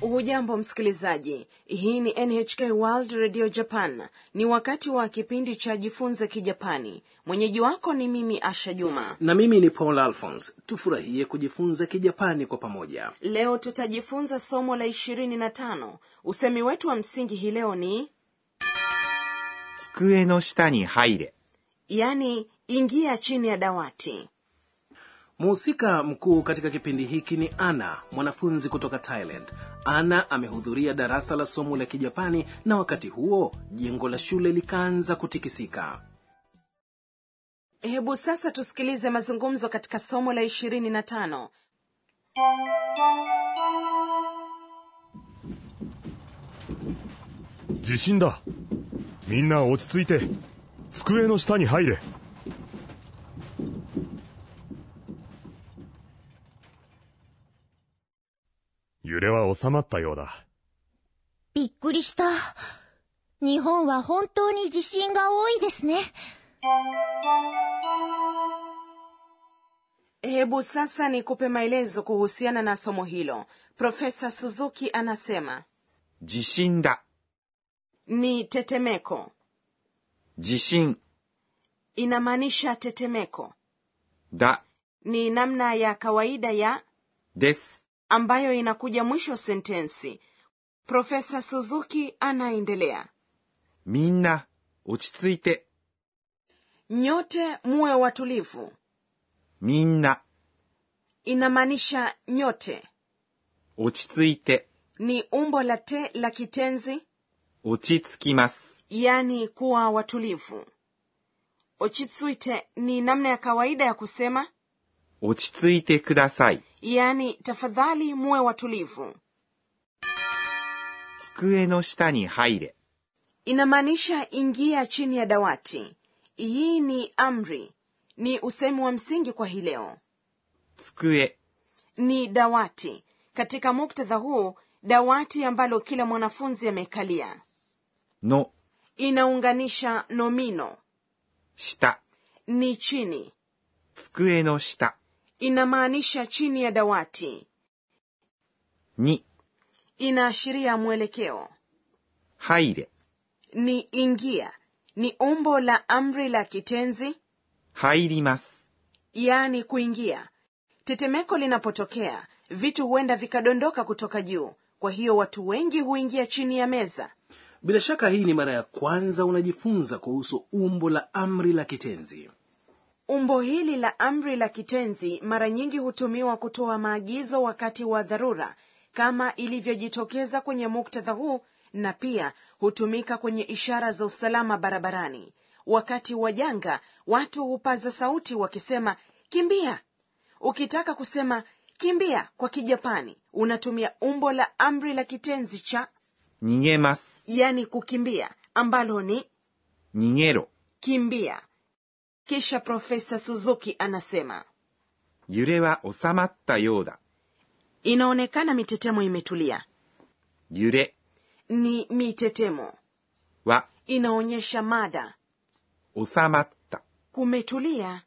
hujambo msikilizaji hii ni nhk world radio japan ni wakati wa kipindi cha jifunze kijapani mwenyeji wako ni mimi asha juma na mimi ni paul alphons tufurahie kujifunza kijapani kwa pamoja leo tutajifunza somo la ishirini na tano usemi wetu wa msingi hii leo ni 机の下に入れ。 yani ingia chini ya dawati mhusika mkuu katika kipindi hiki ni ana mwanafunzi kutoka thailand ana amehudhuria darasa la somo la kijapani na wakati huo jengo la shule likaanza kutikisika hebu sasa tusikilize mazungumzo katika somo la ishirini na tano 地震だみんな落ち着いて机の下に入れ揺れは収まったようだびっくりした。日本は本当に地震が多いですね。 hebu sasa nikupe maelezo kuhusiana na somo hilo profesa suzuki anasema 地震だ。 ni tetemeko 地震 inamaanisha tetemeko だ ni namna ya kawaida ya です。 ambayo inakuja mwisho sentensi profesa suzuki anaendelea みんな落ち着いて。 nyote muwe watulivu みんな inamaanisha nyote 落ち着いて。 ni umbo la te la kitenzi 落ち着きます。 yani kuwa watulivu ochitsuite ni namna ya kawaida ya kusema 落ち着いてください。 yani tafadhali muwe watulivu 机の下に入れ。 inamaanisha ingia chini ya dawati hii ni amri ni usemi wa msingi kwa hii leo 机 ni dawati katika muktadha huu dawati ambalo kila mwanafunzi amekalia の inaunganisha nomino 下。 ni chini 机の下 inamaanisha chini ya dawati に inaashiria mwelekeo 入れ。 ni ingia ni umbo la amri la kitenzi 入ります。 yaani kuingia tetemeko linapotokea vitu huenda vikadondoka kutoka juu kwa hiyo watu wengi huingia chini ya meza bila shaka hii ni mara ya kwanza unajifunza kuhusu umbo la amri la kitenzi umbo hili la amri la kitenzi mara nyingi hutumiwa kutoa maagizo wakati wa dharura kama ilivyojitokeza kwenye muktadha huu na pia hutumika kwenye ishara za usalama barabarani wakati wa janga watu hupaza sauti wakisema kimbia ukitaka kusema kimbia kwa kijapani unatumia umbo la amri la kitenzi cha 逃げます。 yani kukimbia ambalo ni 逃げろ。 kimbia kisha profesa suzuki anasema 揺れは収まったようだ。 inaonekana mitetemo imetulia 揺れ ni mitetemo は inaonyesha mada 収まった。 kumetulia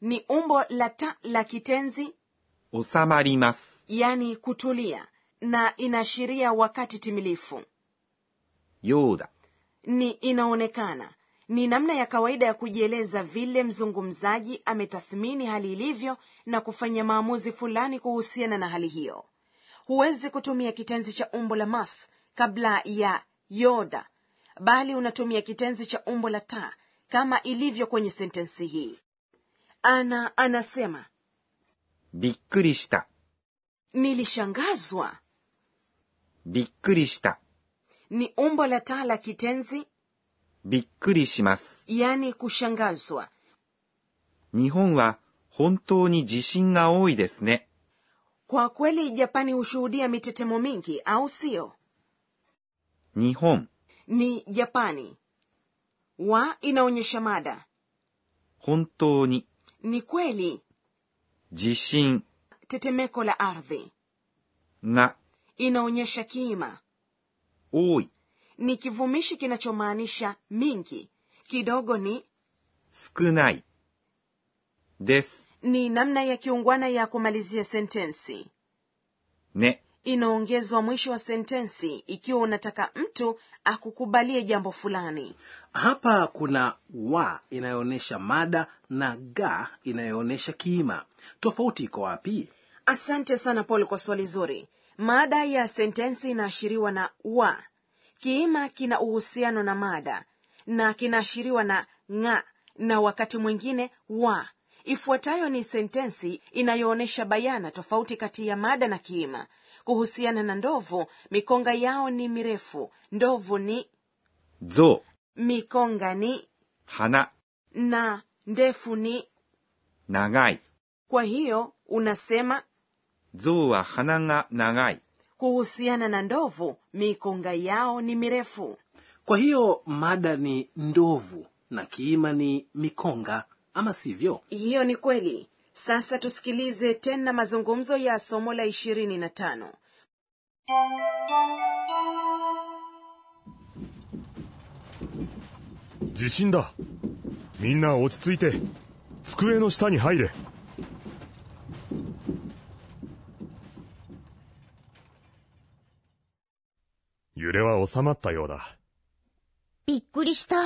ni umbo la ta la kitenzi 収まります。 yani kutulia na inaashiria wakati timilifu ようだ。 ni inaonekana ni namna ya kawaida ya kujieleza vile mzungumzaji ametathmini hali ilivyo na kufanya maamuzi fulani kuhusiana na hali hiyo huwezi kutumia kitenzi cha umbo la mas kabla ya yoda bali unatumia kitenzi cha umbo la ta kama ilivyo kwenye sentensi hii ana anasema びっくりした。 nilishangazwa びっくりした。 ni umbo la ta la kitenzi びっくりします。 yani kushangazwa 日本は本当に地震が多いですね。 kwa kweli japani hushuhudia mitetemo mingi au siyo 日本、 ni japani wa inaonyesha mada 本当に、 ni kweli 地震 tetemeko la ardhi が inaonyesha kiima 多い、 ni kivumishi kinachomaanisha mingi kidogo ni 少ない、です、 ni namna ya kiungwana ya kumalizia sentensi ね。 inaongezwa mwisho wa sentensi ikiwa unataka mtu akukubalie jambo fulani hapa kuna wa inayoonyesha mada na ga inayoonyesha kiima tofauti iko wapi asante sana paul kwa swali zuri mada ya sentensi inaashiriwa na wa kiima kina uhusiano na mada na kinaashiriwa na nga na wakati mwingine wa ifuatayo ni sentensi inayoonyesha bayana tofauti kati ya mada na kiima kuhusiana na ndovu mikonga yao ni mirefu ndovu ni 象、 mikonga ni 花、 na ndefu ni 長い。 kwa hiyo unasema 象は鼻が長い。 kuhusiana na ndovu mikonga yao ni mirefu kwa hiyo mada ni ndovu na kiima ni mikonga ama sivyo hiyo ni kweli sasa tusikilize tena mazungumzo ya somo la ishirini na tano 地震だみんな落ち着いて机の下に入れ揺れは収まったようだびっくりした。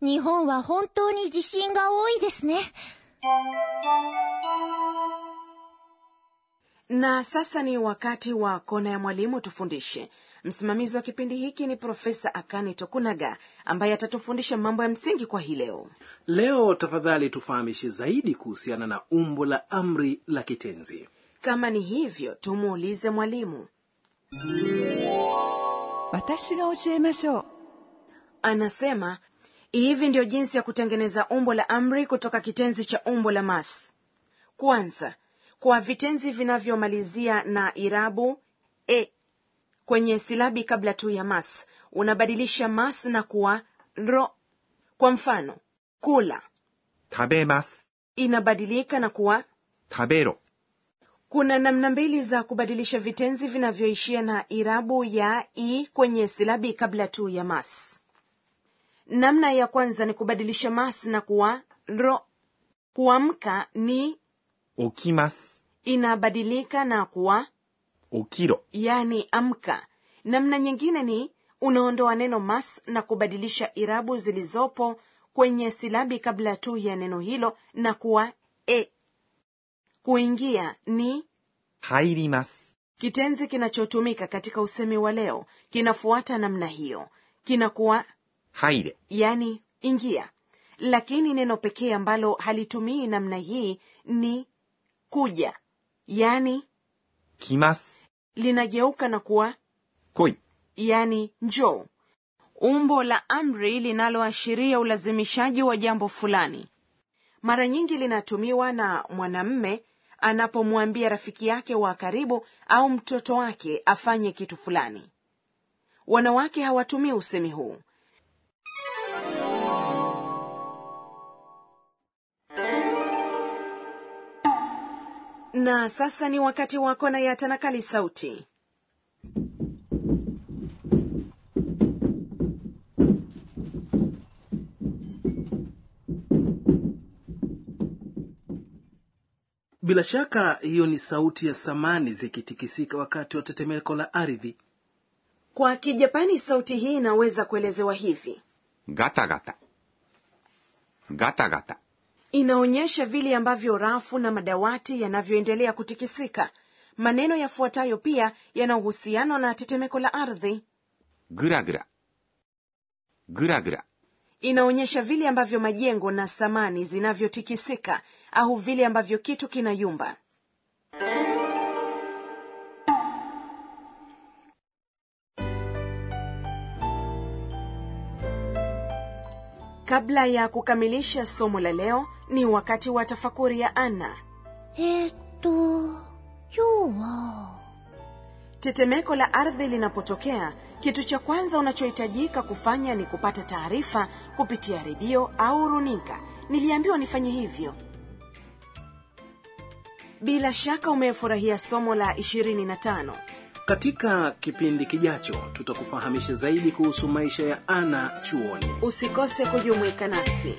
日本は本当に地震が多いですね。 na sasa ni wakati wa kona ya mwalimu tufundishe msimamizi wa kipindi hiki ni profesa akane tokunaga ambaye atatufundisha mambo ya msingi kwa hii leo leo tafadhali tufahamishe zaidi kuhusiana na umbo la amri la kitenzi kama ni hivyo tumuulize mwalimu 私が教えましょう anasema hivi ndio jinsi ya kutengeneza umbo la amri kutoka kitenzi cha umbo la mas kwanza kwa vitenzi vinavyomalizia na irabu e kwenye silabi kabla tu ya mas unabadilisha mas na kuwa ro kwa mfano kula 食べます。 inabadilika na kuwa 食べろ。 kuna namna mbili za kubadilisha vitenzi vinavyoishia na irabu ya i kwenye silabi kabla tu ya mas namna ya kwanza ni kubadilisha mas na kuwa ro kuamka ni 起きます。 inabadilika na kuwa 起きろ。 yani amka namna nyingine ni unaondoa neno mas na kubadilisha irabu zilizopo kwenye silabi kabla tu ya neno hilo na kuwa e kuingia ni 入ります。 kitenzi kinachotumika katika usemi wa leo kinafuata namna hiyo kinakuwa 入れ。 yani ingia lakini neno pekee ambalo halitumii namna hii ni kuja yani 来ます。 linageuka na kuwa 来い。 yani Yaani, njoo umbo la amri linaloashiria ulazimishaji wa jambo fulani mara nyingi linatumiwa na mwanamme anapomwambia rafiki yake wa karibu au mtoto wake afanye kitu fulani wanawake hawatumii usemi huu na sasa ni wakati wa kona ya tanakali sauti bila shaka hiyo ni sauti ya samani zikitikisika wakati wa tetemeko la ardhi kwa kijapani sauti hii inaweza kuelezewa hivi ガタガタ。ガタガタ。 inaonyesha vile ambavyo rafu na madawati yanavyoendelea kutikisika maneno yafuatayo pia yana uhusiano na tetemeko la ardhi ぐらぐら。ぐらぐら。 inaonyesha vile ambavyo majengo na samani zinavyotikisika au vile ambavyo kitu kinayumba kabla ya kukamilisha somo la leo ni wakati wa tafakuri ya ana えー、っと、今日は、 tetemeko la ardhi linapotokea kitu cha kwanza unachohitajika kufanya ni kupata taarifa kupitia redio au runinga niliambiwa nifanye hivyo bila shaka umefurahia somo la 25 katika kipindi kijacho tutakufahamisha zaidi kuhusu maisha ya ana chuoni usikose kujumuika nasi